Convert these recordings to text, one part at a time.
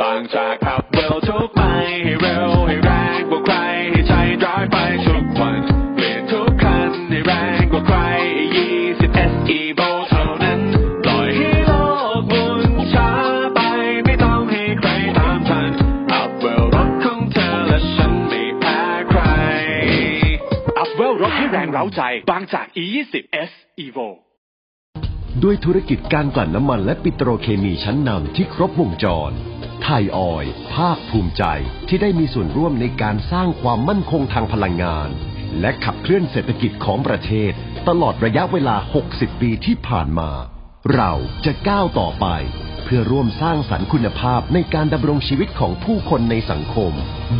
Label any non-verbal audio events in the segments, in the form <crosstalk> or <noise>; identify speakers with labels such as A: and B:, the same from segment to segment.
A: บางจากขับเร็วทุกไปให้เร็วให้แรงกว่าใครให้ใช้ drive ไปทุกวันเปลี่ยนทุกคันให้แรงกว่าใคร20 SE v o เท่านั้นปล่อยให้โลกหมุนช้าไปไม่ต้องให้ใครตามทัน อัพเวลรถของเธอและฉันไม่แพ้ใคร อัพเวลรถให้แรงเร้าใจ บางจาก E20 S Evo
B: ด้วยธุรกิจการกลั่นน้ำมันและปิโตรเคมีชั้นนำที่ครบวงจร ไทยออยล์ภาคภูมิใจที่ได้มีส่วนร่วมในการสร้างความมั่นคงทางพลังงาน และขับเคลื่อนเศรษฐกิจของประเทศ ตลอดระยะเวลา 60 ปีที่ผ่านมา เราจะก้าวต่อไป เพื่อร่วมสร้างสรรค์คุณภาพในการดำรงชีวิตของผู้คนในสังคม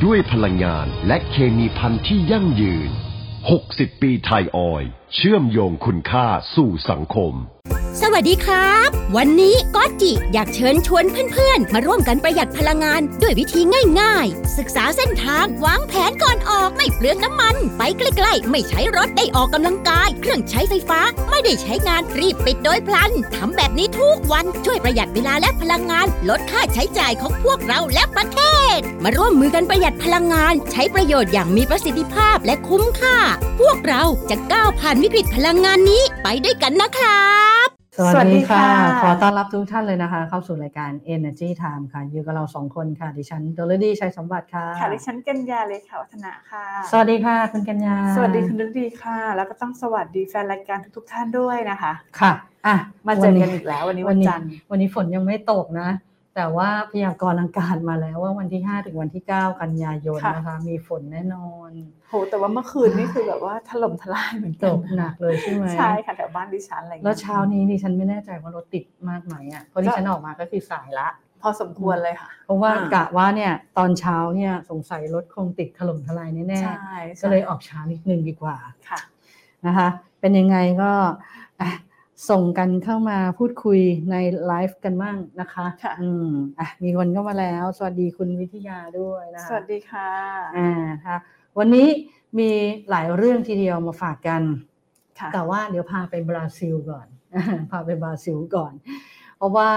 B: ด้วยพลังงานและเคมีพันธุ์ที่ยั่งยืน 60 ปีไทยออยล์เชื่อมโยงคุณค่าสู่สังคม
C: สวัสดีครับ วันนี้ก็จิอยากเชิญชวนเพื่อนๆ มาร่วมกันประหยัดพลังงานด้วยวิธีง่ายๆ ศึกษาเส้นทางวางแผนก่อนออกไม่เปลืองน้ำมัน ไปใกล้ๆ ไม่ใช้รถได้ออกกำลังกาย เครื่องใช้ไฟฟ้าไม่ได้ใช้งานรีบปิดโดยพลันทำแบบนี้ทุกวันช่วยประหยัดเวลาและพลังงาน ลดค่าใช้จ่ายของพวกเราและประเทศ มาร่วมมือกันประหยัดพลังงาน ใช้ประโยชน์อย่างมีประสิทธิภาพและคุ้มค่า พวกเราจะก้าวผ่านวิกฤตพลังงานนี้ไปด้วยกันนะครับ
D: สวัสดีค่ะ
E: สวัสดีค่ะ
D: ขอต้อนรับทุกท่านเลยนะคะ เข้าสู่รายการ Energy Time ค่ะ อยู่กับเราสองคนค่ะ ดิฉันดลดีชัยสมบัติค่ะ
E: ค่ะดิฉันกัญญาเลยค่ะวัฒนาค่ะ
D: สวัสดีค่ะ คุณกัญญา
E: สวัสดีคุณนึกดีค่ะ แล้วก็ต้องสวัสดีแฟนรายการทุกๆท่านด้วยนะคะ
D: ค่ะอ่ะ
E: มาเจ
D: วั
E: อกันอีกแล้ววันนี้วันจันทร์
D: วันนี้ฝนยังไม่ตกนะ แต่ว่าพยากรณ์อากาศมาแล้วว่าวันที่ 5 ถึงวันที่ 9 กันยายน
E: ค่ะ
D: นะคะ มีฝนแน่นอน
E: โหแต่ว่าเมื่อคืนนี่คือแบบว่าถล่มทลายเหมือน
D: ต
E: กัน
D: กหนักเลยใช่ไหม
E: ใช่ค่ะแถวบ้านดิฉันอะไรอย่งงี้
D: แล้
E: ยว
D: เช้านี้ดิฉันไม่แน่ใจว่ารถติดมากไหมอ่ะเพราะดิฉันออกมาก็คือสายละ
E: พอสมควรเลยค่ะ
D: เพราะว่า
E: อ่
D: กะว่าเนี่ยตอนเช้าเนี่ยสงสัยรถคงติดถล่มทลายแน่
E: ใช่
D: ๆ
E: ใช่
D: ก็เลยออกช้านิดนึงดีกว่า
E: ค่ะ
D: นะคะ เป็นยังไงก็อ่ะส่งกันเข้ามาพูดคุยในไลฟ์กันบ้างนะคะ
E: ค่ะ
D: อืมอ่ะมีคนเข้ามาแล้ว สวัสดีคุณวิทยาด้วยนะคะ
E: สวัสดีค่ะ
D: อ่านะคะวันนี้มีหลายเรื่องทีเดียวมาฝากกัน
E: ค่ะ
D: แต่ว่าเดี๋ยวพาไปบราซิลก่อน <laughs> พาไปบราซิลก่อน เพราะว่า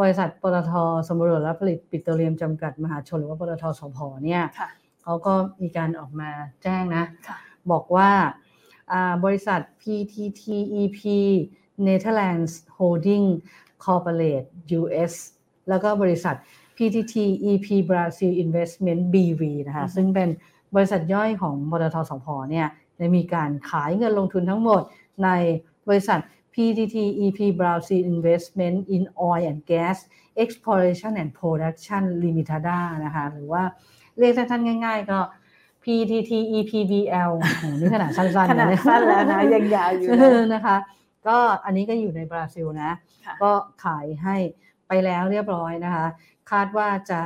D: บริษัทปตทสมรวจและผลิตปิโตรเลียมจำกัดมหาชนหรือว่าปตทสพเนี่ย
E: ค่ะ
D: เขาก็มีการออกมาแจ้งนะ
E: ค่ะ
D: บอกว่าอ่าบริษัท PTTEP Netherlands Holding Corporate US แล้วก็บริษัท PTTEP Brazil Investment BV นะคะ
E: อือฮึ
D: ซึ่งเป็นบริษัทย่อยของบตทสพเนี่ยได้มีการขายเงินลงทุนทั้งหมดในบริษัท PTTEP Brazil Investment in Oil and Gas Exploration and Production Limitada นะคะ หรือว่าเรียกสั้นๆง่ายๆก็ PTTEPBL โอ้โหนี่ขนาดสั้นๆ
E: ขนาด
D: เย
E: สั้นแล้วนะยังยาวอยู่
D: เอ
E: นะ
D: อนะคะ ก็อันนี้ก็อยู่ในบราซิลนะ
E: ค่ะ
D: ก็ขายให้ไปแล้วเรียบร้อยนะคะ คาดว่าจะ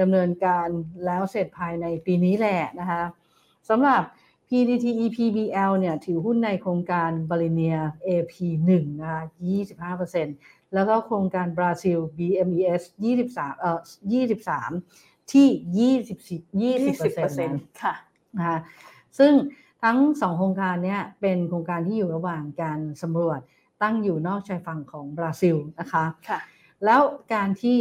D: ดำเนินการแล้วเสร็จภายในปีนี้แหละนะคะสำหรับ PDTEPBL เนี่ยถือหุ้นในโครงการบริเนีย AP1 นะคะ25%แล้วก็โครงการบราซิล BMES 23เอ่อ23 ที่
E: ยี่
D: 24
E: สิบเปอร์เซ็น
D: 20%
E: ต์ค่ะ
D: นะคะซึ่งทั้งสองโครงการเนี้เป็นโครงการที่อยู่ระหว่างการสำรวจตั้งอยู่นอกชายฝั่งของบราซิลนะคะ
E: ค่ะ
D: แล้วการที่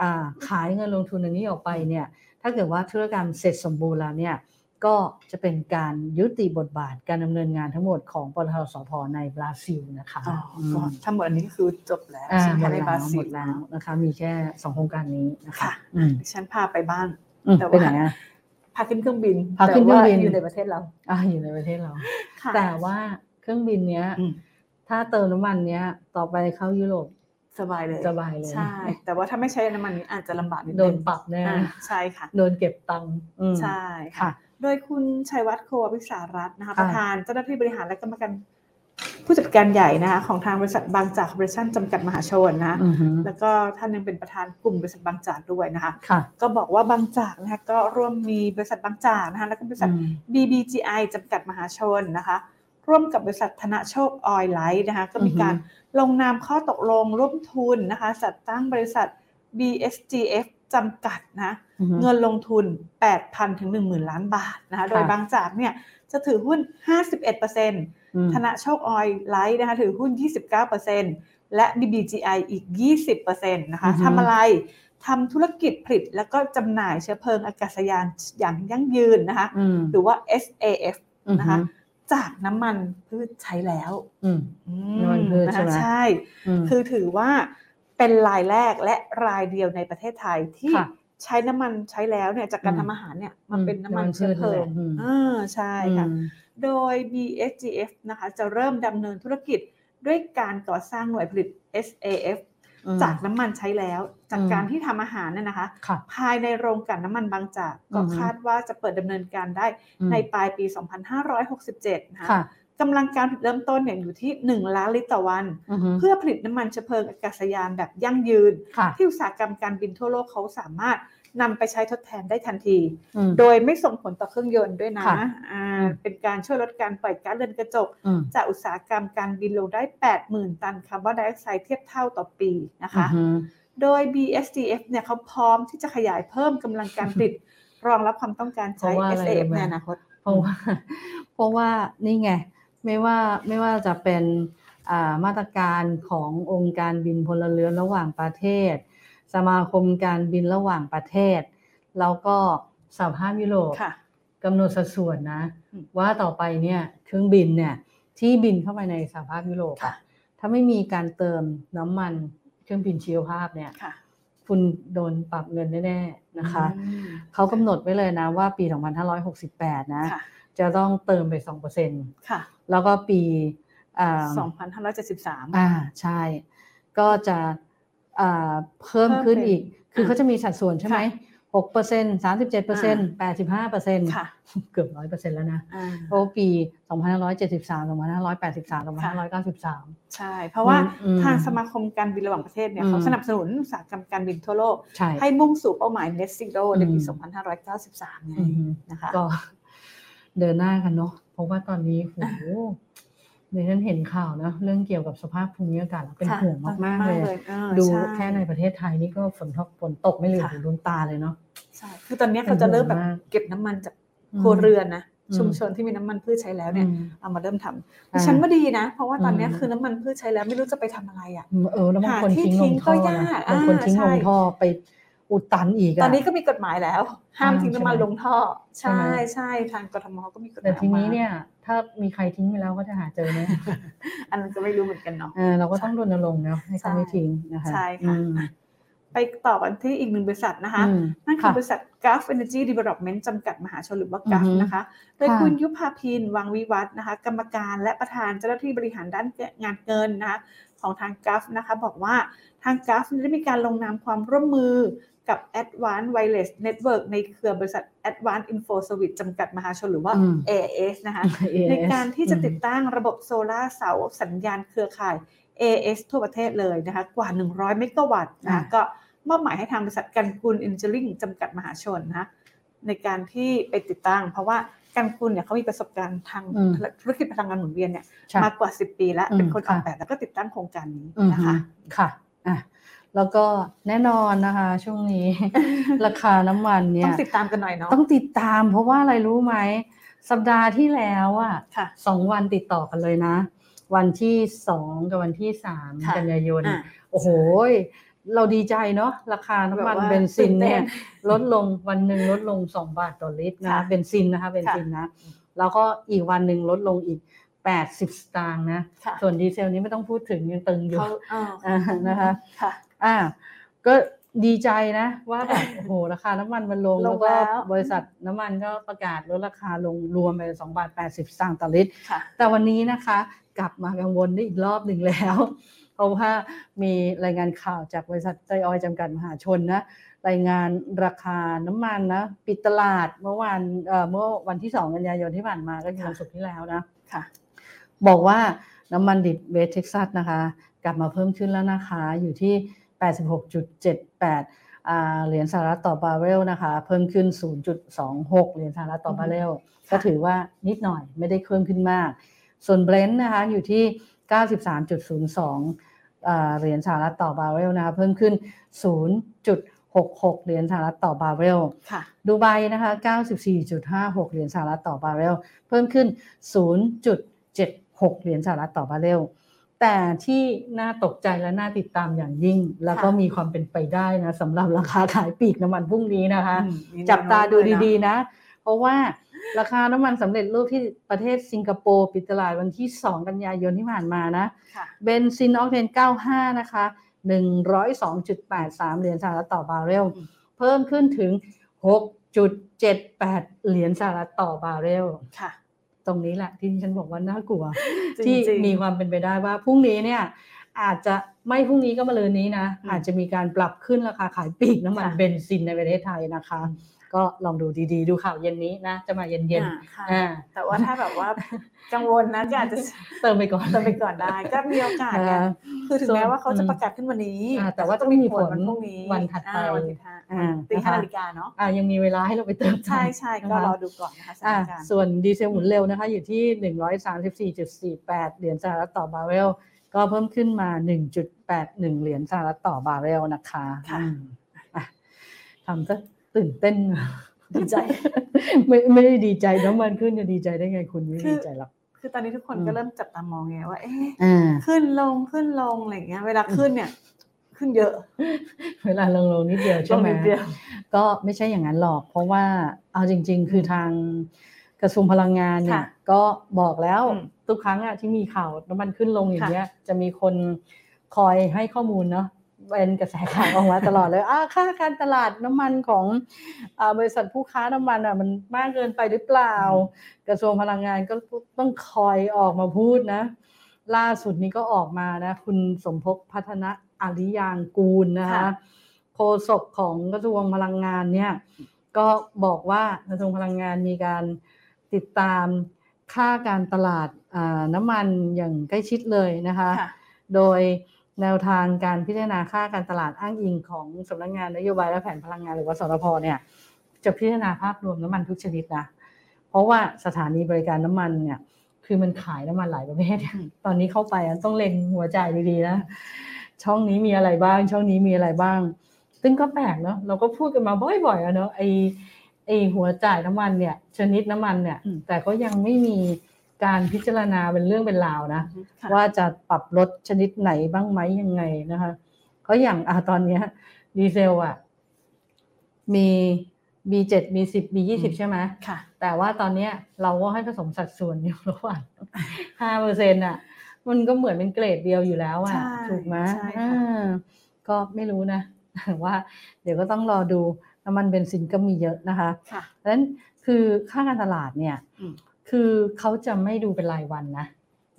D: อ่าขายเงินลงทุนอันนี้ออกไปเนี่ย ถ้าเกิดว่าธุรกรรมเสร็จสมบูรณ์แล้วเนี่ย ก็จะเป็นการยุติบทบาทการดำเนินงานทั้งหมดของปตทสพในบราซิลนะคะ
E: อ๋ออ
D: ม
E: ก็ทั้งหมดอันนี้คือจบแล้ว
D: อ่า
E: ใช่ไหม
D: หม
E: คะ
D: ด
E: ใน
D: แล้ว
E: บราซิ
D: หม
E: ล
D: ดแล้วนะคะ มีแค่สองโครงการนี้นะคะ
E: ค่ะ
D: อืม
E: ดิฉันพาไปบ้าน
D: อืม
E: แต่
D: ไป
E: ว่า
D: ไหนอะ
E: พาขึ้นเครื่องบิน
D: พาขึ้นเครื่องบิน
E: แต่ว่าอยู่ในประเทศเรา
D: อ่ะอยู่ในประเทศเรา
E: ค่ะ
D: แต่ว่าเครื่องบินเนี้ย
E: อืม
D: ถ้าเติมน้ำมันเนี้ย ต่อไปเข้ายุโรป
E: สบายเลย
D: สบายเลย
E: ใช่ แต่ว่าถ้าไม่ใช้น้ำมันนี้อาจจะลำบากนิดนึง
D: โดนปรับแน่
E: อ่าใช่ค่ะ
D: โดนเก็บตังค์อืม
E: ใช่ค่ะ
D: ค่ะ
E: โดยคุณชัยวัฒน์โควิสารัตน์นะคะ
D: ค่ะ
E: ประธานเจ้าหน้าที่บริหารและกรรมการผู้จัดการใหญ่นะคะของทางบริษัทบางจากคอร์ปอเรชั่นจำกัดมหาชนนะคะ
D: อือฮึ
E: แล้วก็ท่านยังเป็นประธานกลุ่มบริษัทบางจากด้วยนะคะ
D: ค่ะ
E: ก็บอกว่าบางจากนะคะก็ร่วมมีบริษัทบางจากนะคะแล้วก็บริษัท
D: อืม
E: BBGI จำกัดมหาชนนะคะ ร่วมกับบริษัทธนโชคออยไลท์นะคะก็มีการลงนามข้อตกลงร่วมทุนนะคะจัดตั้งบริษัท BSGF จำกัดนะ
D: อือฮึ
E: เงินลงทุน 8,000 ถึง 10,000 ล้านบาทนะคะ โดย
D: ค่ะ
E: บางจากเนี่ยจะถือหุ้น 51%
D: อืม
E: ธนาโชคออยไลท์นะคะถือหุ้น 29%และ BBGI อีก 20%นะคะ
D: อือฮึ
E: ทำอะไรทำธุรกิจผลิตแล้วก็จำหน่ายเชื้อเพลิงอากาศยานอย่างยั่งยืนนะคะ
D: อืม
E: หรือว่า SAF
D: อือ
E: นะ
D: ฮึ
E: คะ จากน้ำมันพืชใช้แล้ว
D: อืม
E: อื
D: น้ำมันพืชใช่ไหม
E: นะคะใช่
D: ม
E: คือถือว่าเป็นรายแรกและรายเดียวในประเทศไทยที่
D: ค่ะ
E: ใช้น้ำมันใช้แล้วเนี่ยจากการ
D: อืม
E: ทำอาหารเนี่ยมัน
D: อืม
E: เป็นน้ำมันเชื้อเพลิง
D: น้ำมันพืชนั่นแหละอืม
E: อ่าใช่ค่ะ
D: อืม
E: โดย BSGF นะคะจะเริ่มดำเนินธุรกิจด้วยการก่อสร้างหน่วยผลิต SAF
D: อืม
E: จากน้ำมันใช้แล้ว จาก
D: อืม
E: การที่ทำอาหารเนี่ยนะคะ
D: ค่ะ
E: ภายในโรงกลั่นน้ำมันบางจากก็
D: อือฮึ
E: คาดว่าจะเปิดดำเนินการได้
D: อืม
E: ในปลายปี 2567นะคะ
D: ค่ะ
E: กำลังการผลิตเริ่มต้นเนี่ยอยู่ที่ 1 ล้านลิตรต่อวัน
D: อือฮึ
E: เพื่อผลิตน้ำมันเชื้อเพลิงอากาศยานแบบยั่งยืน
D: ค่ะ
E: ที่อุตสาหกรรมการบินทั่วโลกเขาสามารถนำไปใช้ทดแทนได้ทันที
D: อืม
E: โดยไม่ส่งผลต่อเครื่องยนต์ด้วยนะ
D: ค่ะ
E: อ่า
D: อืม
E: เป็นการช่วยลดการปล่อยก๊าซเรือนกระจก
D: อืม
E: จากอุตสาหกรรมการบินลงได้ 80,000 ตันคาร์บอนไดออกไซด์เทียบเท่าต่อปีนะคะ
D: อือฮึ
E: โดย BSDF เนี่ยเขาพร้อมที่จะขยายเพิ่มกำลังการผลิต รองรับความต้องการใช้
D: เพราะว่าอะไร
E: SAF ในอนาคต
D: เพราะ <laughs> ว่าเพราะว่านี่ไงไม่ว่าไม่ว่าจะเป็นอ่ามาตรการขององค์การบินพลเรือนระหว่างประเทศ สมาคมการบินระหว่างประเทศ แล้วก็สหภาพยุโรป
E: ค่ะ
D: กำหนดสัดส่วนนะ
E: อืม
D: ว่าต่อไปเนี่ยเครื่องบินเนี่ยที่บินเข้าไปในสหภาพยุโรปอะ
E: ค่ะ
D: ถ้าไม่มีการเติมน้ำมันเครื่องบินชีวภาพเนี่ย
E: ค่ะ
D: คุณโดนปรับเงินแน่ๆนะคะ
E: อืม
D: เขากำหนดไว้เลยนะว่าปี 2568 นะ
E: ค่ะ
D: จะต้องเติมไป
E: ค่ะ
D: 2%แล้วก็ปีอ่า
E: 2,573
D: อ่าใช่ ก็จะอ่าเพิ่มขึ้นอีก
E: เพิ่มเป็น
D: คือเขาจะมีสัดส่วนใช่ไหม
E: ค่
D: หกเปอร์เซ็นต์สามสิบเจ็ดเปอร์เซ็นต์แปดสิบห้าเปอร์เซ็นต์
E: ค่ะ
D: เกือบร้อยเปอร์เซ็นต์แล้วนะ
E: อ่า
D: โอ้ปีสองพันห้าร้อยเจ็ดสิบสามสองพันห้าร้อยแปดสิบสามสองพันห้าร้อยเก้าสิบสาม
E: ใช่ เพราะว่า
D: อืม
E: ทางสมาคมการบินระหว่างประเทศเนี่ย
D: อืม
E: เขาสนับสนุนอุตสาหกรรมการบินทั่วโลก
D: ใช่
E: ให้มุ่งสู่เป้าหมาย net zero ในปี
D: อืม
E: 2593ไง
D: อือฮึ
E: นะคะ
D: ก็เดินหน้ากันเนาะเพราะว่าตอนนี้โหในฉันเห็นข่าวนะเรื่องเกี่ยวกับสภาพภูมิอากาศแล้วเป็น
E: ค่ะ
D: ห่วงมาก ๆ เลย
E: ออ
D: ดู
E: ใช่
D: แค่ในประเทศไทยนี่ก็ฝนตกฝนตกไม่เหลืม
E: ค่ะ
D: หูลืมตาเลยเนาะ
E: ใช่ คือตอนเนี้ยเขาจะเริ่มแบบ
D: เป็นห่วงมาก
E: เก็บน้ำมันจากครัวเรือนนะ
D: อืม
E: ชุมชนที่มีน้ำมันพืชใช้แล้วเนี่ย
D: อืม
E: เอามาเริ่มทำ
D: อ่า
E: ดิฉันว่าดีนะ เพราะว่าตอนเนี้ย
D: อืม
E: คือน้ำมันพืชใช้แล้วไม่รู้จะไปทำอะไรอ่ะ
D: เออแล้วบางคน
E: หาที่
D: ทิ้งลงท่อ
E: ทิ้งก็
D: นะ
E: ยาก
D: บางคน
E: อ่า
D: ทิ้งลง
E: ใช่
D: ท่อไปอุดตันอีกอะ
E: ตอนนี้ก็มีกฎหมายแล้ว ห้าม
D: อ่า
E: ทิ้งน้ำมัน
D: ใช่ไหม
E: ลงท่อ
D: ใช่
E: ใช่
D: ไหม
E: ใช่ทางกทมก็มีกฎหมาย
D: แต่ทีนี้
E: ออกมา
D: เนี่ย ถ้ามีใครทิ้งไปแล้วก็จะหาเจอไหม
E: อันนั้นก็ไม่รู้เหมือนกันเนาะ
D: เออเราก็ต้องรณรงค์นะให้เขาไม่ทิ้งนะคะ
E: ใช่ค่ะ
D: อืม
E: ไปต่อกันที่อีกหนึ่งบริษัทนะคะ
D: อืม
E: นั่นคือ
D: ค่ะ
E: บริษัท Gulf Energy Development จำกัดมหาชนหรือว่า Gulf
D: อือฮึ
E: นะคะ โดย
D: ค่ะ
E: คุณยุพาพินวังวิวัฒน์นะคะ กรรมการและประธานเจ้าหน้าที่บริหารด้านงานเงินนะคะของทาง Gulf นะคะ บอกว่าทาง Gulf ได้มีการลงนามความร่วมมือกับ Advanced Wireless Network ในเครือบริษัท Advanced Info Service จำกัดมหาชนหรือว่า
D: อืม
E: AIS นะคะ
D: AIS
E: ในการที่จะติด
D: อืม
E: ตั้งระบบโซลาร์เสาสัญญาณเครือข่าย AS ทั่วประเทศเลยนะคะกว่า 100 เมกะวัตต์นะ
D: อ่า
E: คะก็มอบหมายให้ทางบริษัทกันกุลอินเจ r ริงจำกัดมหาชนนะคะในการที่ไปติดตั้ง เพราะว่ากันกุลเนี่ยเขามีประสบการณ์ทาง
D: อืม
E: ธุรกิจพลังงานหมุนเวียนเนี่ย
D: ใช่
E: มากว่า 10 ปีแล้ว
D: อืม
E: เป็นคนออกแบ
D: ค่ะ
E: บแล้วก็ติดตั้งโครงการนี้
D: อืม
E: นะคะ
D: ค่ะอ่ะ แล้วก็แน่นอนนะคะ ช่วงนี้ <laughs> ราคาน้ำมันเนี่
E: ต้อย งติดตามกันหน่อยเนาะ
D: ต้องติดตามเพราะว่าอะไรรู้ไหม สัปดาห์ที่แล้วอ่ะ
E: ค่ะ
D: สองวันติดต่อกันเลยนะ วันที่สองกับวันที่สาม
E: ค่ะ
D: กันยายน
E: อ่ะ
D: โอ้โหยเราดีใจเนาะราคาน้ำมัน
E: แบบว่า
D: เบนซินเนี่ย
E: ตื่นเต้
D: ลดลงวันหนึ่งลดลงสองบาทต่อลิตรนะ
E: ค่ะ
D: เบนซินนะคะเบนซินนะ แล้วก็อีกวันหนึ่งลดลงอีก 80 สตางค์นะ
E: ค่ะ
D: ส่วนดีเซลนี้ไม่ต้องพูดถึงยังตึงอยู่
E: เขาเออ
D: อ่านะคะ
E: ค่ะ
D: อ่าก็ ดีใจนะ ว่า
E: <laughs>
D: แบบ โอ้โหราคาน้ำมันมันลง
E: ล
D: แล้ว
E: ง
D: ก็
E: แล้ว
D: บริษัทน้ำมันก็ประกาศลดราคาลงรวมไป2บาท80สตางค์ต่อลิตร
E: ค่ะ
D: แต่วันนี้นะคะกลับมากังวลได้อีกรอบหนึ่งแล้ว <laughs> เพราะว่ามีรายงานข่าวจากบริษัทไตรออยล์จำกัดมหาชนนะรายงานราคาน้ำมันนะปิดตลาดเมื่อวันเอ่อเมื่อวันที่ 2 กันยายนที่ผ่านมาก็คือ
E: ค่ะ
D: วันศุกร์ที่แล้วนะ
E: ค่ะ
D: บอกว่าน้ำมันดิบเวสเท็กซัสนะคะ กลับมาเพิ่มขึ้นแล้วนะคะอยู่ที่ 86.78อ่าเหรียญสหรัฐต่อบาร์เรลนะคะ เพิ่มขึ้น 0.26 เหรียญสหรัฐต่อบาร์เรลก็ถือว่านิดหน่อยไม่ได้เพิ่มขึ้นมาก ส่วนเบรนท์นะคะอยู่ที่ 93.02อ่าเหรียญสหรัฐต่อบาร์เรลนะคะเพิ่มขึ้น 0.66 เหรียญสหรัฐต่อบาร์เรล
E: ค่ะ
D: ดูไบนะคะ 94.56 เหรียญสหรัฐต่อบาร์เรล เพิ่มขึ้น 0.76 เหรียญสหรัฐต่อบาร์เรล แต่ที่น่าตกใจและน่าติดตามอย่างยิ่ง แล้วก็
E: ค่ะ
D: มีความเป็นไปได้นะสำหรับราคาขายปลีกน้ำมันพรุ่งนี้นะคะ
E: อืมมีแนวโน้ม
D: จับตาดู
E: เลยนะ
D: ดีๆนะ เพราะว่าราคาน้ำมันสำเร็จรูปที่ประเทศสิงคโปร์ปิดตลาดวันที่ 2 กันยายนที่ผ่านมานะ
E: ค่ะ
D: เบนซินออกเทน95 นะคะ 102.83 เหรียญสหรัฐต่อบาร์เรล
E: อืม
D: เพิ่มขึ้นถึง 6.78 เหรียญสหรัฐต่อบาร์เรล
E: ค่ะ
D: ตรงนี้แหละที่ดิฉันบอกว่าน่ากลัว
E: จริงๆ
D: ที่มีความเป็นไปได้ว่าพรุ่งนี้เนี่ยอาจจะไม่พรุ่งนี้ก็มะรืนนี้นะ
E: อืม
D: อาจจะมีการปรับขึ้นราคาขายปลีกน้ำมัน
E: ค่ะ
D: เบนซินในประเทศไทยนะคะ ก็ลองดูดีๆ ดูข่าวเย็นนี้นะ จะมาเย็
E: อ่า
D: น
E: ค่ะ
D: ๆอ่า
E: แต่ว่าถ้าแบบว่า
D: <laughs>
E: กังวลนะก็อาจจะ
D: เติมไปก่อน
E: จะไปก่อนได้ ก็มีโอกาสไง
D: อ่า
E: คือถึง
D: ส่วน
E: แม้ว่าเขาจะประกาศขึ้นวันนี้
D: อ่าแต่ว่าต้องมีผล
E: วันพรุ่งนี้
D: วันถัดไป
E: อ่าวันที่ห้า
D: อ่า
E: ตี
D: นะคะ
E: ห้านาฬิกาเนาะ
D: อ่ายังมีเวลาให้เราไปเติมกัน
E: ใช่ใช่ก็
D: นะคะ
E: รอดูก่อนนะคะสถา
D: อ่ะ
E: นการณ์
D: ส่วนดีเซลหมุนเร็วนะคะ อยู่ที่ 134.48 เหรียญสหรัฐต่อบาร์เรล ก็เพิ่มขึ้นมา 1.81 เหรียญสหรัฐต่อบาร์เรลนะคะ
E: ค่ะ
D: อืมอ่ะทำซะตื่นเต้น ดีใจ <laughs> ไม่ไม่ได้ดีใจน้ำมันขึ้นจะดีใจได้ไงคุณไม่
E: คือ
D: ดีใจหรอก
E: คือตอนนี้ทุกคน
D: อืม
E: ก็เริ่มจับตามองไงว่าเอ๊ะ
D: อ่า
E: ขึ้นลงขึ้นลงอะไรอย่างเงี้ย เวลาขึ้นเนี่ย ขึ้นเยอะ
D: เวลาลงลงนิดเดียว
E: ล
D: ใช่
E: ง
D: ไหม
E: นิดเดียว
D: ก็ไม่ใช่อย่างนั้นหรอก เพราะว่าเอาจริง ๆ คือทางกระทรวงพลังงานเนี่ย
E: ค่ะ
D: ก็บอกแล้ว
E: อืม
D: ทุกครั้งอะที่มีข่าวน้ำมันขึ้นลงอย่างเงี้ยจะมีคนคอยให้ข้อมูลเนาะเป็นกระแสข่าวออกมาตลอดเลย <laughs> อ่าค่าการตลาดน้ำมันของอาบริษัทผู้ค้าน้ำมันอ่ะมันมากเกินไปหรือเปล่า กระทรวงพลังงานก็ต้องคอยออกมาพูดนะ ล่าสุดนี้ก็ออกมานะ คุณสมภพพัฒนะอาริยางกูลนะคะ
E: ค่ะ
D: โฆษกของกระทรวงพลังงานเนี่ยก็บอกว่ากระทรวงพลังงานมีการติดตามค่าการตลาดอ่าน้ำมันอย่างใกล้ชิดเลยนะคะ
E: ค่ะ
D: โดยแนวทางการพิจารณาค่าการตลาดอ้างอิงของสำนักงานนโยบายและแผนพลังงานหรือว่าสรพเนี่ยจะพิจารณาภาพรวมน้ำมันทุกชนิดนะเพราะว่าสถานีบริการน้ำมันเนี่ยคือมันขายน้ำมันหลายประเภท ตอนนี้เข้าไปอะต้องเล็งหัวใจดีๆนะช่องนี้มีอะไรบ้าง ช่องนี้มีอะไรบ้าง ซึ่งก็แปลกเนาะเราก็พูดกันมาบ่อยๆอะเนาะไอไอหัวจ่ายน้ำมันเนี่ย ชนิดน้ำมันเนี่ย
E: อืม
D: แต่ก็ยังไม่มีการพิจารณาเป็นเรื่องเป็นราวนะ
E: ค่ะ
D: ว่าจะปรับลดชนิดไหนบ้างไหมยังไงนะคะก็อย่างอะตอนเนี้ยดีเซลอ่ะมี B7 มี10 B20 ใช่ไหม
E: ค่ะ
D: แต่ว่าตอนเนี้ยเราก็ให้ผสมสัดส่วนอยู่ระหว่าง5เปอร์เซ็นอ่ะ มันก็เหมือนเป็นเกรดเดียวอยู่แล้วอ่ะ
E: ใช่
D: ถูกไหม
E: ใช่ค่ะ
D: อ่าก็ไม่รู้นะ <laughs> ว่า เดี๋ยวก็ต้องรอดูน้ำมันเบนซินก็มีเยอะนะคะ
E: ค่ะ
D: เพราะฉะนั้นคือค่าการตลาดเนี่ย
E: อืม
D: คือเขาจะไม่ดูเป็นรายวันนะ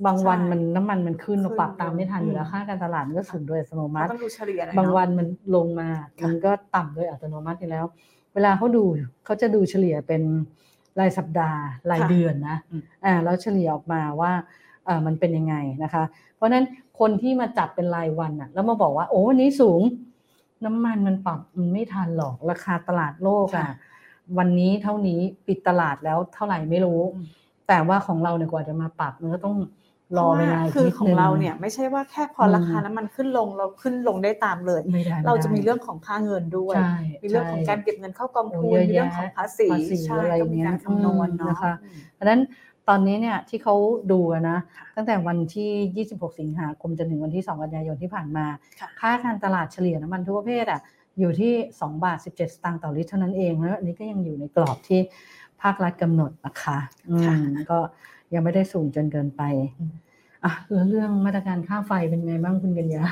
D: บางวัน
E: ใช่
D: มันน้ำมันมันขึ้น
E: ขึ้น
D: เราปรับตามไม่ทันอยู่แล้ว
E: อืม
D: ค่าการตลาดมันก็สูงโดยอัตโนมั
E: ก็
D: ติ
E: ต้องดูเฉลี่ยหน่อย
D: บาง
E: เอะ
D: วันมันลงมา
E: ค่ะ
D: มันก็ต่ำโดยอัตโนมัติอยู่แล้ว เวลาเขาดูเขาจะดูเฉลี่ยเป็นรายสัปดาห์ รายเดือนนะ อ่าแล้วเฉลี่ยออกมาว่าเอ่อมันเป็นยังไงนะคะ เพราะฉะนั้นคนที่มาจับเป็นรายวันอะแล้วมาบอกว่า โอ้วันนี้สูง น้ำมันมันปรับมันไม่ทันหรอกราคาตลาดโลกอะ
E: ค่ะ
D: วันนี้เท่านี้ปิดตลาดแล้วเท่าไหร่ไม่รู้
E: อืม
D: แต่ว่าของเราเนี่ยกว่าจะมาปรับมันก็ต้องรอเวลา
E: เพระ
D: ก
E: คือ
D: นิด
E: ของ
D: นึ
E: เราเนี่ยไม่ใช่ว่าแค่พออ
D: ม
E: ราคาน้ำมันขึ้นลงเราขึ้นลงได้ตามเลย
D: ไม่ได้ไได้
E: เราจะมีเรื่องของค่าเงินด้วย
D: ใช่
E: มีเรื่องของการ
D: ใช่
E: เก็บเงินเข้ากองทุ
D: โอ้
E: นมี
D: เยอะ
E: เรื่อง
D: แยะ
E: ของภาษี
D: ภาษี
E: ใช่
D: อะไรอ
E: ก็
D: ย่าง
E: มี
D: เงี้ย
E: การคำนวณ
D: อืม
E: เนาะ
D: นะคะ เพราะฉะนั้นตอนนี้เนี่ยที่เขาดูอะนะ ตั้งแต่วันที่ 26 สิงหาคมจนถึงวันที่ 2 กันยายนที่ผ่านมา
E: ค่ะ
D: ค่าการตลาดเฉลี่ยน้ำมันทั่วประเภทอ่ะอยู่ที่ 2 บาท 17 สตางค์ต่อลิตรเท่านั้นเองแล้วอันนี้ก็ยังอยู่ในกรอบที่ภาครัฐกำหนดนะคะอืม
E: ค่ะ
D: ก็ยังไม่ได้สูงจนเกินไป
E: อืม
D: อ่ะแล้วเรื่องมาตรการค่าไฟเป็นไงบ้างคุณกัญญา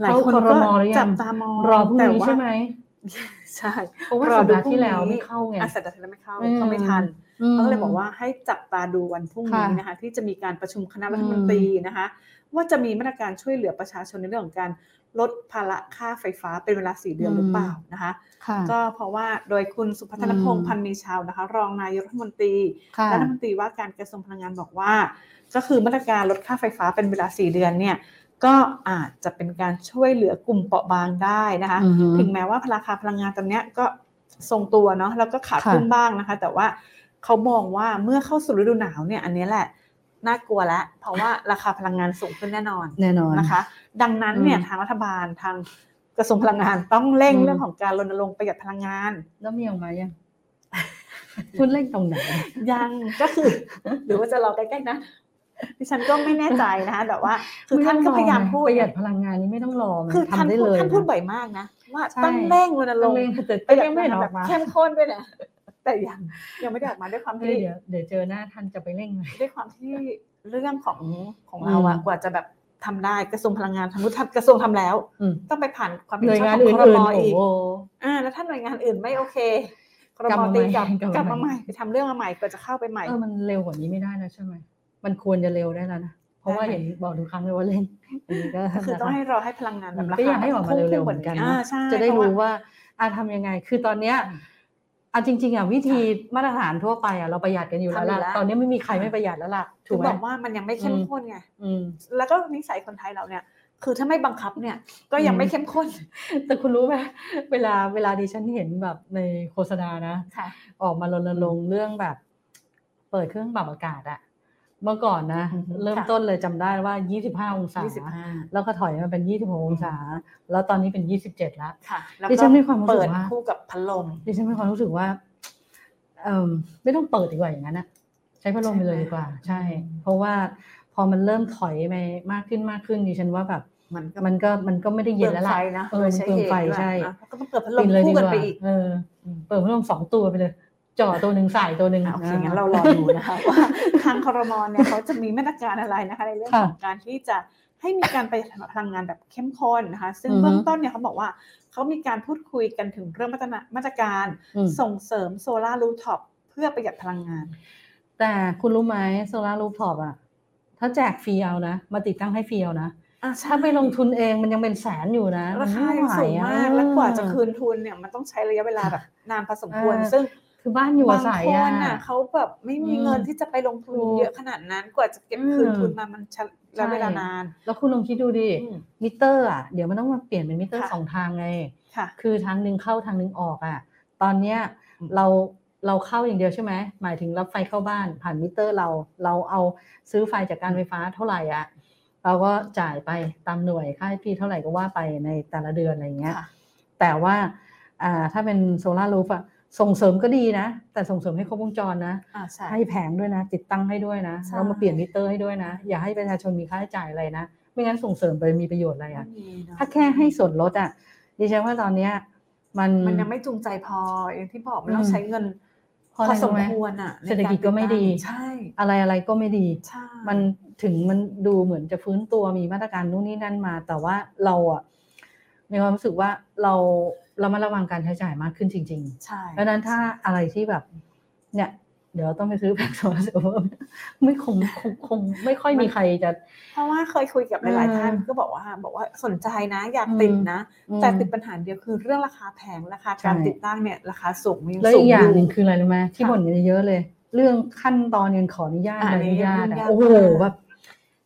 E: หลายคน
D: เข้าคร
E: ก็
D: มหรือยัง
E: จับตามอง
D: รอพรุ่ง
E: แต่
D: นี้
E: ว่า
D: ใช่ไหม
E: <laughs> ใช่
D: เพราะว่าร
E: อ
D: สัป
E: ดู
D: ดา
E: พ
D: ห์
E: รุ่ง
D: ที่
E: นี้
D: แล้วไม่เข้าไง
E: อาสัปดาห์ที่แล้วไม่เข้า
D: อืม
E: เขาไม่ทันเขาก็เลยบอก
D: ม
E: ว่าให้จับตาดูวันพรุ่งนี้
D: ค่ะ
E: นะคะที่จะมีการประชุมคณะรัฐมนตรีนะคะ ว่าจะมีมาตรการช่วยเหลือประชาชนในเรื่องของการลดภาระค่าไฟฟ้าเป็นเวลาสี่เดือน
D: อืม
E: หรือเปล่านะคะ
D: ค่ะ
E: ก็เพราะว่าโดยคุณสุพัฒนพง
D: อื
E: ษ์
D: ม
E: พันธ์มีชาวนะคะ รองนายกรัฐมนตรี
D: ค่ะ
E: และรัฐมนตรีว่าการกระทรวงพลังงานบอกว่า ก็คือมาตรการลดค่าไฟฟ้าเป็นเวลาสี่เดือนเนี่ยก็อาจจะเป็นการช่วยเหลือกลุ่มเปราะบางได้นะคะ
D: อือฮึ
E: ถึงแม้ว่าราคาพลังงานตอนเนี้ยก็ทรงตัวเนาะแล้วก็ขาขึ้น
D: ค่ะ
E: บ้างนะคะ แต่ว่าเขามองว่าเมื่อเข้าสู่ฤดูหนาวเนี่ยอันเนี้ยแหละน่ากลัวแล้วเพราะว่าราคาพลังงานสูงขึ้นแน่นอน
D: แน่นอน
E: นะคะ ดังนั้นเนี่ย
D: อืม
E: ทางรัฐบาลทางกระทรวงพลังงานต้องเร่ง
D: อืม
E: เรื่องของการรณรงค์ประหยัดพลังงาน
D: แล้วมีออกมา <laughs> ยัง คุณเล่นตรงไหน
E: ยังก็
D: <laughs>
E: คือ หรือว่าจะรอใกล้ๆนะดิฉันก็ไม่แน่ใจนะคะแต่ว่าคือ
D: ไม่
E: ท่านก็
D: ต้งร
E: พยายามพูด
D: ประหยัดพลังงานนี้ไม่ต้องรอมัน
E: คือท่าน
D: ทำได้
E: พูด
D: เลย
E: ท่านพูด
D: นะ
E: บ่อยมากนะว่า
D: ใช่
E: ต้องเร่งรณร
D: ต้อง ง
E: ค์
D: เร่งแต่
E: ประ
D: แต่
E: หยัด
D: ยั
E: พ
D: งไม่
E: ลัง
D: เห็น
E: งา
D: อน อ
E: แบ
D: ก
E: บ
D: มา
E: เข้มข้นด้วยนะแต่ยังยังไม่ได้ออกมาด้วยความ
D: เฮ้ย
E: ที่
D: เดี๋ยวเดี๋ยวเจอหน้าท่านจะไปเร่งเลย
E: ด้วยความที่เรื่องของของเราอะ
D: อืม
E: กว่าจะแบบทำได้กระทรวงพลังงานทำรู้ทำกระทรวงทำแล้ว
D: อืม
E: ต้องไปผ่านความ
D: หน่วยงาน
E: ของค
D: อ
E: รื่ม
D: นๆโอ้
E: อีก
D: โห
E: อ่าแล้วถ้าหน่วยงานอื่นไม่โอเคคร
D: กลับ
E: ม
D: มา
E: ตี
D: ใหม่
E: กลับ
D: กลับ
E: กลับ
D: มา
E: มาใหม่ไปทำเรื่องมาใหม่กว่าจะเข้าไปใหม่
D: เออมันเร็วกว่านี้ไม่ได้แล้วใช่ไหมมันควรจะเร็วได้แล้วนะเพราะว่า
E: ได้
D: เห็นบอกทุกครั้งเลยว่าเล่นอันนี้ก็
E: ก็คือต้อง
D: นะะ
E: ให้รอให้พลังงานแบบรา
D: ก็
E: คาย
D: อากให้ออกมาเร็วๆเหมือนกันนะ
E: อ่าใช่
D: จะได้
E: เพา
D: รู้
E: ว่า
D: ว่าอาทำยังไง คือตอนเนี้ยอาจริง ๆอ่ะวิธีมาตรฐานทั่วไปอ่ะเราประหยัดกันอยู่แล้ว
E: ทำ
D: ล่ะ
E: อยู่แล้ว
D: ตอนนี้ไม่มีใครไม่ประหยัดแล้วล่ะ
E: ถึ
D: ถู
E: ง
D: กไหม
E: บอกว่ามันยังไม่เข้ม
D: อืม
E: ข้นไง
D: อืม
E: แล้วก็นิสัยคนไทยเราเนี่ย คือถ้าไม่บังคับเนี่ย ก็ยังไม่เข้มข้น
D: แต่คุณรู้ไหม <laughs> เวลาเวลาดิฉันเห็นแบบในโฆษณานะ
E: ค่ะ
D: ออกมารณรงค์เรื่องแบบ เปิดเครื่องปรับอากาศอะเมื่อก่อนนะ
E: อือฮึ
D: เริ่ม
E: ค่ะ
D: ต้นเลยจำได้ว่า 25 องศา
E: ยี่สิบห้า
D: แล้วก็ถอยมาเป็น 26 องศา แล้วตอนนี้เป็น 27 แล้ว
E: ค่ะแล้ว
D: ดิ
E: ก็
D: ฉันมีความรู้สึก
E: เปิด
D: ว่า
E: คู่กับพัดลม
D: ดิฉันมีความรู้สึกว่าเอมไม่ต้องเปิดดีกว่าอย่างนั้นอะใช้พัดลมไปเลยดีกว่า
E: ใช่
D: ใช่
E: ไหม
D: เพราะว่าพอมันเริ่มถอยไปมากขึ้นมากขึ้นดิฉันว่าแบบ
E: มันก็
D: มันก็มันก็ไม่ได้เย็นแล้วล่ะ
E: ปลืองไฟนะ
D: เออมันเปลืองไฟ
E: โดย
D: ใช่
E: เหตุด้วยอ่ะก็ต้องเปิดพัดลม
D: ปิดเลยดี
E: คู่
D: ก
E: กัน
D: ว่า
E: ไปอีก
D: เออ เปิดพัดลมสองตัวไปเลย จ่อตัวหนึ่งสายตัวหนึ่ง
E: อ่ะโอเคงั้นเรารอดู
D: <laughs>
E: นะคะ ว่าทางครมเนี่ยเขาจะมีมาตรการอะไรนะคะ ในเรื่อง
D: ค่ะ
E: ของการที่จะให้มีการประหยัดพลังงานแบบเข้มข้นนะคะ ซึ่ง
D: อือฮึ
E: เบื้องต้นเนี่ยเขาบอกว่าเขามีการพูดคุยกันถึงเรื่องมาตรการมาตรการ
D: อืม
E: ส่งเสริมโซลารูท็อปเพื่อประหยัดพลังงาน
D: แต่คุณรู้ไหมโซลารูฟท็อปอะถ้าแจกฟรีเอานะ มาติดตั้งให้ฟรีเอานะ
E: อ่ะ
D: ถ้าไปลงทุนเองมันยังเป็นแสนอยู่นะ
E: ราคา
D: มัน
E: ยัง
D: ไไหว
E: สูง
D: อะ
E: มาก แล้วกว่าจะคื
D: เออ
E: นทุนเนี่ยมันต้องใช้ระยะเวลาแบบนานพอสมควร
D: เออ
E: ซึ่ง
D: คือบ้านอยู่
E: บา
D: อาง ศัย
E: ค
D: อะ
E: นน่ะเขาแบบไม่มี
D: อืม
E: เงินที่จะไปลงทุน
D: ถูก
E: เยอะขนาดนั้นกว่าจะเก็บคืน
D: อืม
E: ทุนมามันใช้
D: ใช่
E: ระยะเวลานาน
D: แล้วคุณลองคิดดูดิ
E: อืม
D: มิเตอร์อ่ะเดี๋ยวมันต้องมาเปลี่ยนเป็นมิเตอร์
E: ค่ะ
D: สองทางไง
E: ค่ะ
D: คือทางหนึ่งเข้าทางหนึ่งออกอ่ะ ตอนเนี้ย
E: อืม
D: เราเราเข้าอย่างเดียวใช่ไหมหมายถึงรับไฟเข้าบ้านผ่านมิเตอร์เราเราเอาซื้อไฟจากการไฟฟ้าเท่าไหร่อ่ะเราก็จ่ายไปตามหน่วยค่าพีเท่าไหร่ก็ว่าไปในแต่ละเดือนอะไรอย่างเงี้ย
E: ค่ะ
D: แต่ว่าอ่าถ้าเป็นโซลารูฟอ่ะส่งเสริมก็ดีนะ แต่ส่งเสริมให้ครบวงจรนะ
E: อ่าใช่
D: ให้แผงด้วยนะ ติดตั้งให้ด้วยนะ
E: ใช่
D: เรามาเปลี่ยนมิเตอร์ให้ด้วยนะ อย่าให้ประชาชนมีค่าใช้จ่ายอะไรนะไม่งั้นส่งเสริมไปมีประโยชน์อะไร
E: ไม่
D: อ่ะ
E: มีเนอะ
D: ถ้าแค่ให้ส่วนลดอ่ะดิฉันว่าตอนเนี้ยมัน
E: มันยังไม่จูงใจพออย่างที่บอกมันต้อง
D: อืม
E: ใช้เงิน
D: เพราะอะไร
E: ส
D: รู้
E: ม
D: ไหม
E: ควรอ่ะใน
D: เศรษฐกิจก็ไม่ดี
E: ใช่
D: อะไรอะไรก็ไม่ดี
E: ใช่
D: มันถึงมันดูเหมือนจะฟื้นตัวมีมาตรการนู่นนี่นั่นมา แต่ว่าเราอ่ะมีความรู้สึกว่าเราเรามาระวังการใช้จ่ายมากขึ้นจริง ๆ
E: ใช่
D: เพราะฉะนั้นถ้าอะไรที่แบบ เนี่ย เดี๋ยวต้องไปซื้อแผงโซลาร์เซลล์ไม่ <laughs> คงคงคงไม่ค่อยมีใครจะ
E: เพราะว่าเคยคุยกับหลายๆ
D: อืม
E: ท่านก็บอกว่าบอกว่าสนใจนะอยาก
D: อืม
E: ติดนะ
D: อืม
E: แต่ติดปัญหาเดียวคือเรื่องราคาแพงราคาการ
D: ใช่
E: ติดตั้งเนี่ยราคาสูงยัง
D: แล้ว
E: สูง
D: อีก
E: อ
D: อย่าง
E: ยู่
D: หนึ่งคืออะไรรู้ไหมที่
E: ค่ะ
D: บ่นกันเยอะเลย เรื่องขั้นตอนการขออนุญาต
E: อ่ะ
D: ใบอนุญาต
E: อันนี้
D: อะ
E: ยุ่งยาก
D: โอ้โห
E: มาก
D: แบบ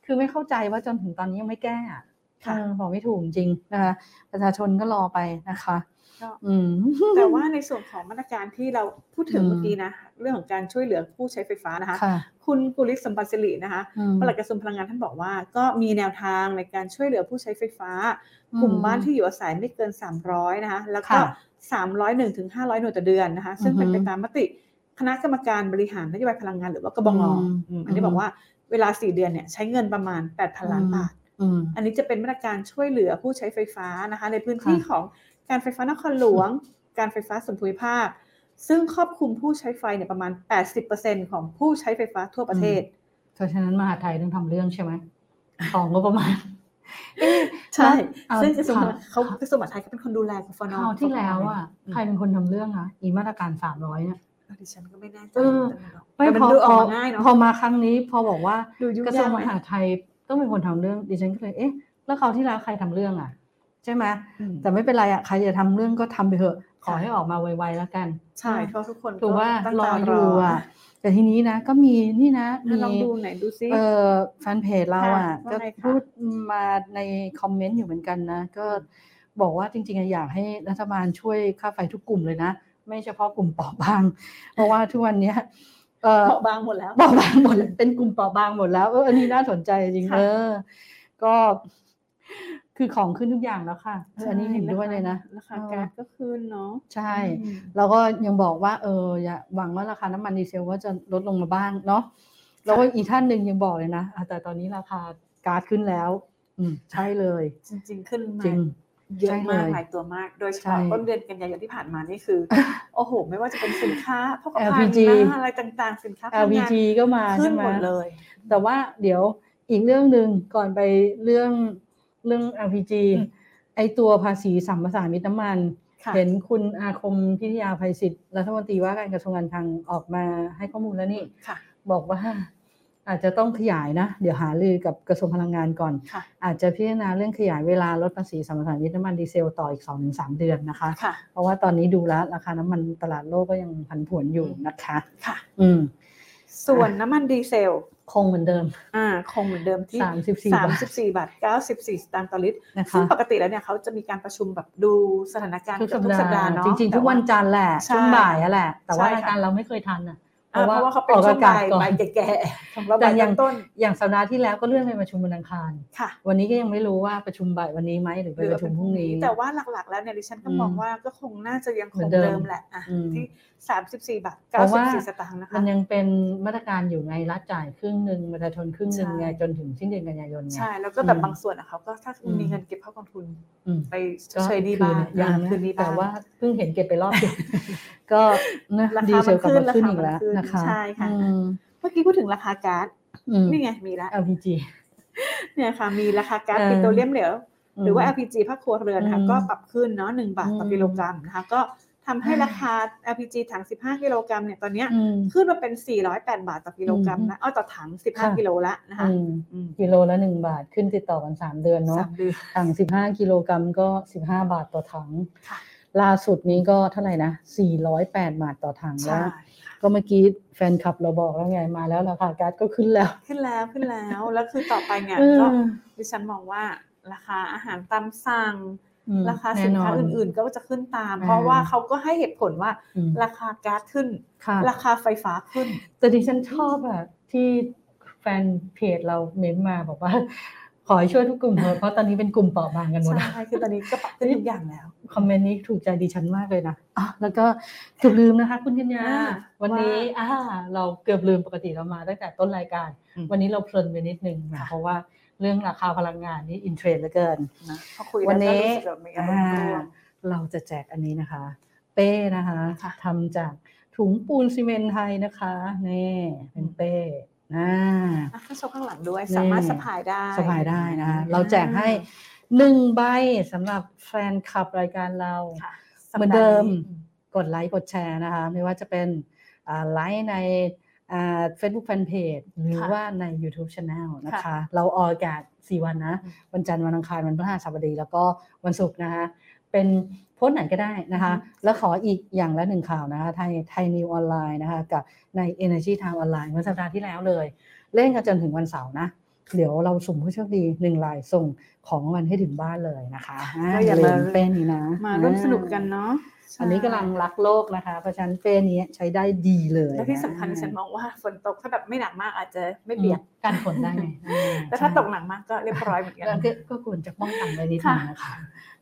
D: คือไม่เข้าใจว่าจนถึงตอนนี้ยังไม่แก้อะ
E: ค่ะ
D: เออบอกไม่ถูกจริงๆนะคะประชาชนก็รอไปนะคะ
E: ก็
D: อืม
E: แต่ว่าในส่วนของมาตรการที่เราพูดถึง
D: อืม
E: เมื่อกี้นะ เรื่องของการช่วยเหลือผู้ใช้ไฟฟ้านะคะ
D: ค่ะ
E: คุณกุลิศสมบัติสิรินะคะ
D: อืม
E: ปลัดกระทรวงพลังงานท่านบอกว่า ก็มีแนวทางในการช่วยเหลือผู้ใช้ไฟฟ้า กลุ่มบ้านที่อยู่อาศัยไม่เกิน 300นะคะแล้วก็
D: ค่ะ
E: 301ถึง500 หน่วยต่อเดือนนะคะ ซึ่งเป็น
D: อือฮึ
E: ไปตามมติคณะกรรมการบริหารนโยบายพลังงานหรือว่ากบง
D: อืม
E: อืมอันนี้
D: อืม
E: บอกว่าเวลา 4 เดือนเนี่ยใช้เงินประมาณ 8,000 ล้านบาท
D: อืม
E: อันนี้จะเป็นมาตรการช่วยเหลือผู้ใช้ไฟฟ้านะคะ ในพื้นที่
D: ค่ะ
E: ของการไฟฟ้านครหลวง การไฟฟ้าส่วนภูมิภาค ซึ่งครอบคลุมผู้ใช้ไฟเนี่ยประมาณ 80%ของผู้ใช้ไฟฟ้าทั่วประเทศ
D: เพราะฉะนั้นมหาไทยต้องทำเรื่องใช่ไหมของก็ประมาณ เอ๊ะ
E: ใช่
D: เอา
E: ซึ่งกระทรวงมหาดไทยเขากระทรวงมหาดไทยเขาเป็นคนดูแลกฟน
D: คราวที่แล้วอ่ะใครเป็นคนทำเรื่องอะอีมาตรการสามร้อยเนี่ย
E: ดิฉันก็ไม่แน่ใจ
D: เออ
E: แต่
D: ไม่
E: มัน
D: พอ
E: ดูอ
D: พ
E: อ
D: อก
E: มาง่ายเนาะ
D: พอมาครั้งนี้พอบอกว่า
E: ดูยุ่ง
D: กระทรวย
E: าง ก
D: มหาดไทยต้องเป็นคนทำเรื่องดิฉันก็เลยเอ๊ะ แล้วคราวที่แล้วใครทำเรื่องอ่ะ ใช่ไหม
E: อืม
D: แต่ไม่เป็นไรอ่ะใครจะทำเรื่องก็ทำไปเถอะ ขอ
E: ค่ะ
D: ให้ออกมาไวๆแล้วกัน
E: ใช่เพราะทุกคน
D: ถูกว่า
E: ตั้ง
D: รอ
E: ตา
D: อยู่อ่ะ แต่ทีนี้นะ ก็มีนี่นะ
E: อ่ะ
D: มี
E: ลองดูไหนอยดูซิ
D: เอ่อแฟนเพจเราอ่ะ
E: ค่ะว่า
D: ก็
E: ไงคะ
D: พูดมาในคอมเมนต์อยู่เหมือนกันนะ ก็บอกว่าจริงๆอะอยากให้รัฐบาลช่วยค่าไฟทุกกลุ่มเลยนะ ไม่เฉพาะกลุ่มเปราะ
E: <laughs>
D: บาง เพราะว่าทุกวันเนี้ยเอ่อ
E: เบาะบางหมดแล้ว
D: เปราะบางหมดแล้วเป็นกลุ่มเปราะบางหมดแล้วเอออันนี้น่าสนใจจริง
E: ค่ะ
D: เออ ก็คือของขึ้นทุกอย่างแล้วค่ะเอออันนี้เห็นด้วยเลยนะ
E: ราคา
D: เออ
E: แก๊สก็ขึ้นเนาะ
D: ใช่
E: อืม
D: แล้วก็ยังบอกว่า เอออย่าหวังว่าราคาน้ำมันดีเซลก็จะลดลงมาบ้างเนาะแล้วก็อีกท่านหนึ่งยังบอกเลยนะอ่ะแต่ตอนนี้ราคาก๊าซขึ้นแล้ว อืม ใช่เลย
E: จริง ๆ ขึ้นมา
D: จริง
E: เยอะ
D: ใช่
E: มาก
D: เลย
E: หลายตัวมาก โดยเฉ
D: ใช่
E: พาะต้นเดือนกันยายนที่ผ่านมานี่
D: <laughs>
E: คือ โอ้โห ไม่ว่าจะเป็นสินค้าพกพา
D: LPG
E: นะอะไรต่างๆ สินค้าพลังงาน
D: LPG ก็มา
E: ขึ้
D: ใช่
E: น
D: ไหม
E: หมดเลย
D: แต่ว่าเดี๋ยวอีกเรื่องหนึ่งก่อนไปเรื่องเรื่อง LPG
E: อืม
D: ไอตัวภาษีสัมปทานมิตรน้ำมัน
E: ค่ะ
D: เห็นคุณอาคมพิทยาภัยศิษย์รัฐมนตรีว่าการกระทรวงการคลังออกมาให้ข้อมูลแล้วนี่
E: ค่ะ
D: บอกว่าอาจจะต้องขยายนะ เดี๋ยวหารือกับกระทรวงพลังงานก่อน
E: ค่ะ
D: อาจจะพิจารณาเรื่องขยายเวลาลดภาษีสัมปทานมิตรน้ำมันดีเซลต่ออีก 2-3 เดือนนะคะ
E: ค่ะ
D: เพราะว่าตอนนี้ดูแล้วราคาน้ำมันตลาดโลกก็ยังผันผวนอยู่นะคะ
E: ค่ะ
D: อืม
E: ส่วนน้ำมันดีเซล
D: คงเหมือนเดิม
E: อ่า คงเหมือนเดิมที่
D: 34
E: สามสิบสี่บาทเก้าสิบสี่สตางค์ต่อลิตร
D: นะคะ
E: ซึ่งปกติแล้วเนี่ยเขาจะมีการประชุมแบบดูสถานการณ์
D: ทุกสัป
E: ทุกสัปดา
D: ดา
E: ห์
D: ห์
E: เนาะ
D: จริงๆ
E: แต่
D: ทุกวันจันทร์แหละ
E: ใ
D: ช่วงบ่ายอะแหละ แต่ว่า
E: ใช่
D: ราย
E: ค่ะ
D: การเราไม่เคยทันอ่ะ
E: อ่าเพราะว่าเขาเป็น
D: ออก
E: ช่ว
D: อาง กาศ
E: บ่าย
D: ก่อน
E: บ่ายแก่ๆของเรา
D: แต่
E: บ่าย
D: ยัง
E: ต้น
D: อย่างสัปดาห์ที่แล้วก็เลื่อนไปประชุมวันอังคาร
E: ๆค่ะ
D: วันนี้ก็ยังไม่รู้ว่าประชุมบ่ายวันนี้ไหมหรือไปประชุมพรุ่งนี้
E: แต่ว่าหลักๆ แล้วเนี่ยดิฉันก็
D: อืม
E: มองว่าก็คงน่าจะยังค
D: เหมื
E: ง
D: อนเดิม
E: เดิมแหละอ่ะ
D: อืม
E: ที่สามสิบสี่บาท
D: เพ
E: เก้า
D: ราะ
E: สิ
D: ว่า
E: บสี่สตางค์นะคะ
D: มันยังเป็นมาตรการอยู่ไงรัฐจ่ายครึ่งหนึ่งประชาชนครึ่งหนึ่ง
E: ใช่
D: ไงจนถึงสิ้นเดือนกันยายนไง
E: ใช่แล้วก็แบบ
D: อืม
E: บางส่วนอะเขาก็ถ้า
D: อืม
E: มีเงินเก็บเข้ากองทุน
D: อืม
E: ไป
D: ก็
E: เฉยดี
D: คื
E: บ้าง
D: นยังนะ
E: คืนดีบ้าง
D: แต่ว่าเพิ่งเห็นเก็บไปรอบเดียว
E: <laughs>
D: ก็นะ
E: รา
D: ดี
E: คา
D: เซ
E: มั
D: ล
E: น
D: กลับ
E: ขึ้น
D: มา
E: รา
D: ขึ้น
E: คามันขึ้น
D: อีกแล้วนะคะ
E: ใช่ค่ะ
D: อืม
E: เมื่อกี้พูดถึงราคาก๊าซ
D: อืม
E: นี่ไงมีแล้ว
D: LPG
E: เนี่ยค่ะมีราคาก๊าซ
D: เออ
E: ปิโตรเลียมเหลว
D: ม
E: หรือว่า LPG ภาคครัวเรือนนะคะ
D: อืม
E: ก็ปรับขึ้นเนาะหนึ่งบาทต่ออ
D: ม
E: กิโลกรัมนะคะก็ทำให้ราคา LPG ถัง 15 กิโลกรัมเนี่ยตอนเนี้ย
D: อืม
E: ขึ้นมาเป็น 408 บาาทต่อกิโลกรัมนะ เอาต่อถัง
D: ค่ะ
E: 15 กิโลละนะคะ
D: อืม
E: อืม
D: กิโลละหนึ่งบาทขึ้นติดต่อกันสามเดือนเนาะ
E: สามเดือน
D: ถังสิบห้ากิโลกรัมก็สิบห้าบาทต่อถัง
E: ค่ะ
D: ล่าสุดนี้ก็เท่าไหร่นะสี่ร้อยแปดบาทต่อถังแล้
E: ใช่
D: ว ก็เมื่อกี้แฟนคลับเราบอกแล้วไงมาแล้วราคาก๊าซก็ขึ้นแล้ว
E: ขึ้นแล้ว ขึ้นแล้ว แล้วคือต่อไปเนี่ย
D: เออ
E: ก็ดิฉันมองว่าราคาอาหารตามสั่ง
D: อืม
E: ราคาสินค้า
D: แ
E: อื่นๆ ก็จะขึ้นตาม
D: อ่า
E: เพราะว่าเขาก็ให้เหตุผลว่า
D: อืม
E: ราคาก๊าซขึ้น
D: ค่ะ
E: ราคาไฟฟ้าขึ้น
D: แต่ดิฉันชอบอะที่แฟนเพจเราเม้นมาบอกว่า ขอให้ช่วยทุกกลุ่มเถอะเพราะตอนนี้เป็นกลุ่มเปราะบางกันหมดอะ
E: ใช่ คือตอนนี้ก็ปรับขึ้นทุกอย่างแล้ว
D: คอมเมนต์นี้ถูกใจดิฉันมากเลยนะอ่ะแล้วก็เกือบลืมนะคะ คุณกัญญา
E: อ่า
D: วันนี้
E: ว่า
D: อ่าเราเกือบลืมปกติเรามาตั้งแต่ต้นรายการ
E: อืม
D: วันนี้เราเพลินไปนิดนึงนะเพราะว่าเรื่องราคาพลังงานนี่อินเทรนด์เหลือเกิน
E: นะพอคุย
D: วั
E: แล้วก็
D: นนี้
E: รู้สึกแบบมีอารม
D: อ่า
E: ณ์ร่วม
D: เราจะแจกอันนี้นะคะ เป้นะคะ
E: ค่ะ
D: ทำจากถุงปูนซีเมนต์ไทยนะคะนี่เป็
E: อื
D: น
E: ม
D: เป้นะ
E: อ่ะข้างโชว์ข้างหลังด้วย
D: นี่
E: สามารถสะพายได้
D: สบายได้นะคะเราแจกให้หนึ่งใบสำหรับแฟนคลับรายการเรา
E: ค่ะ
D: เหมือนเดิม
E: สัปดาห์นี้
D: กดไลค์กดแชร์นะคะ ไม่ว่าจะเป็นอ่าไลค์ในเฟซบุ๊กแฟนเพจหรือ
E: ค่ะ
D: ว่าใน YouTube Channel นะ
E: ค่ะ
D: คะ เราออกอากาศ 4 วันนะ
E: อืม
D: วันจันทร์วันอังคาร วันพฤหัสบดี แล้วก็วันศุกร์นะคะ เป็นโพสต์ไหนก็ได้นะคะ
E: อืม
D: แล้วขออีกอย่างละหนึ่งข่าวนะคะไทยไทยนิวออนไลน์นะคะ กับใน Energy Time ออนไลน์เมื่อสัปดาห์ที่แล้วเลย เล่นกันจนถึงวันเสาร์นะ เดี๋ยวเราสุ่มผู้โชคดีหนึ่งรายส่งของรางวันให้ถึงบ้านเลยนะคะ
E: ก็อย่ามา
D: ลืเป้นนี้นะ
E: มาร่วมสนุกกันเนาะ
D: อันนี้กำลังรักโลกนะคะ เพราะฉะนั้นเป้นี้ใช้ได้ดีเลย
E: และที่สำคัญที่ฉันมองว่าฝนตกถ้าแบบไม่หนักมากอาจจะไม่เปียก
D: กันฝนได้
E: <laughs>
D: ไง
E: แต่ถ้าตกหนักมากก็เรียบร้อยเหมือนกัน
D: แล้วก็ก็ควรจะป้องกันไว้นิดนึงนะคะ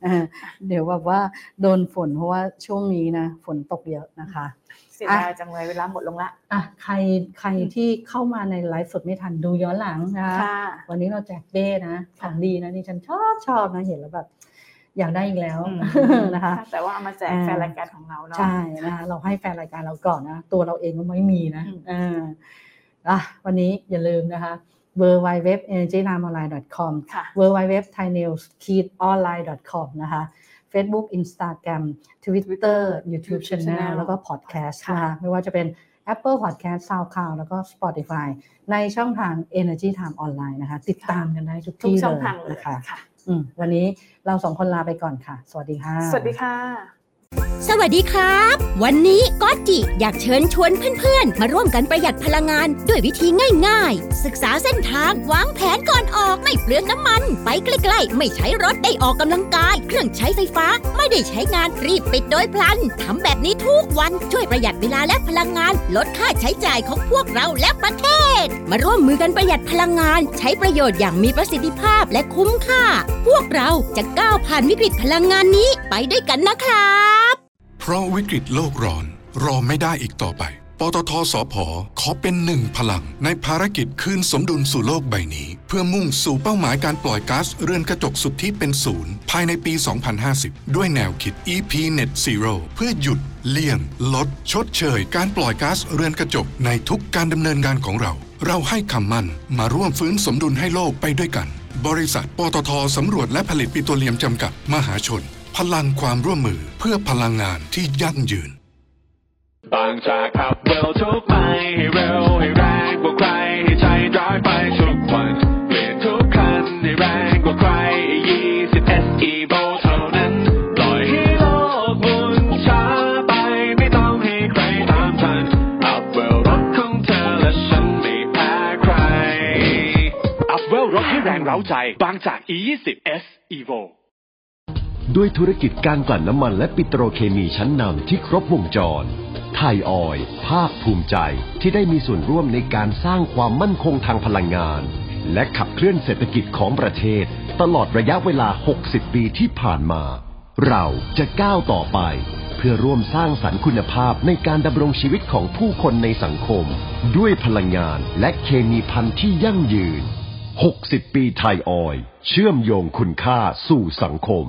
D: เออเดี๋ยวแบบว่าโดนฝนเพราะว่าช่วงนี้นะ ฝนตกเยอะนะคะ
E: เสียดายจังเลยเวลาหมดลงละ
D: อ่ะใครใคร
E: อืม
D: ที่เข้ามาในไลฟ์สดไม่ทันดูย้อนหลังนะคะ
E: ค่ะ
D: วันนี้เราแจกเบ้นะของดีนะนี่ฉันชอบชอบนะเห็นแล้วแบบ อยากได้อีกแล้ว
E: อืม
D: นะคะ
E: แต่ว่าเอามาแจก
D: อ่า
E: แฟนรายการของเราเนาะ
D: ใช่นะคะเราให้แฟนรายการเราก่อนนะ ตัวเราเองก็ไม่มีนะ
E: อืม
D: เอออ่ะวันนี้อย่าลืมนะคะ w w w e n e r g y n a m o n l i n e c o m
E: ค่ะ
D: w w w t h a i n e w s o n l i n e c o m นะคะ Facebook Instagram Twitter YouTube Channel แล้วก็ Podcast
E: ค่ะ
D: นะคะไม่ว่าจะเป็น Apple Podcast SoundCloud แล้วก็ Spotify ในช่องทาง Energy Time Online นะคะ ติดตามกันได้ทุก
E: ทุก
D: ที่
E: ช่อง
D: เลย
E: ทางเลย
D: นะคะ
E: ค่ะ
D: อืมวันนี้เราสองคนลาไปก่อนค่ะ สวัสดีค่ะ
E: สวัสดีค่ะ
C: สวัสดีครับ วันนี้ก็จิอยากเชิญชวนเพื่อนๆ มาร่วมกันประหยัดพลังงานด้วยวิธีง่ายๆ ศึกษาเส้นทางวางแผนก่อนออกไม่เปลืองน้ำมัน ไปใกล้ๆ ไม่ใช้รถได้ออกกำลังกาย เครื่องใช้ไฟฟ้า ไม่ได้ใช้งานรีบปิดโดยพลันทำแบบนี้ทุกวันช่วยประหยัดเวลาและพลังงาน ลดค่าใช้จ่ายของพวกเราและประเทศ มาร่วมมือกันประหยัดพลังงาน ใช้ประโยชน์อย่างมีประสิทธิภาพและคุ้มค่า พวกเราจะก้าวผ่านวิกฤตพลังงานนี้ไปด้วยกันนะครับ
F: เพราะวิกฤตโลกร้อน รอไม่ได้อีกต่อไป ปตทสพขอเป็นหนึ่งพลัง ในภารกิจคืนสมดุลสู่โลกใบนี้ เพื่อมุ่งสู่เป้าหมายการปล่อยก๊าซเรือนกระจกสุทธิเป็นศูนย์ ภายในปี 2050 ด้วยแนวคิด EP Net Zero เพื่อหยุด เลี่ยง ลด ชดเชย การปล่อยก๊าซเรือนกระจกในทุกการดำเนินงานของเรา เราให้คำมั่นมาร่วมฟื้นสมดุลให้โลกไปด้วยกัน บริษัทปตทสำรวจและผลิตปิโตรเลียมจำกัดมหาชน พลังความร่วมมือเพื่อพลังงานที่ยั่งยืน
A: บางจากขับเร็วทุกไปให้เร็วให้แรงกว่าใครให้ใช้ดรายไปทุกวันเปลี่ยนทุกคันให้แรงกว่าใคร20 SE v o เท่านั้นปล่อยให้โลกหมุนช้าไปไม่ต้องให้ใครตามทันอัพเวลรถของเธอและฉันไม่แพ้ใคร อัพเวลรถให้แรงเร้าใจ บางจาก E20 S Evo
B: ด้วยธุรกิจการกลั่นน้ำมันและปิโตรเคมีชั้นนำที่ครบวงจร ไทยออยล์ภาคภูมิใจที่ได้มีส่วนร่วมในการสร้างความมั่นคงทางพลังงาน และขับเคลื่อนเศรษฐกิจของประเทศ ตลอดระยะเวลา 60 ปีที่ผ่านมา เราจะก้าวต่อไป เพื่อร่วมสร้างสรรค์คุณภาพในการดำรงชีวิตของผู้คนในสังคม ด้วยพลังงานและเคมีพันธุ์ที่ยั่งยืน 60 ปีไทยออยล์เชื่อมโยงคุณค่าสู่สังคม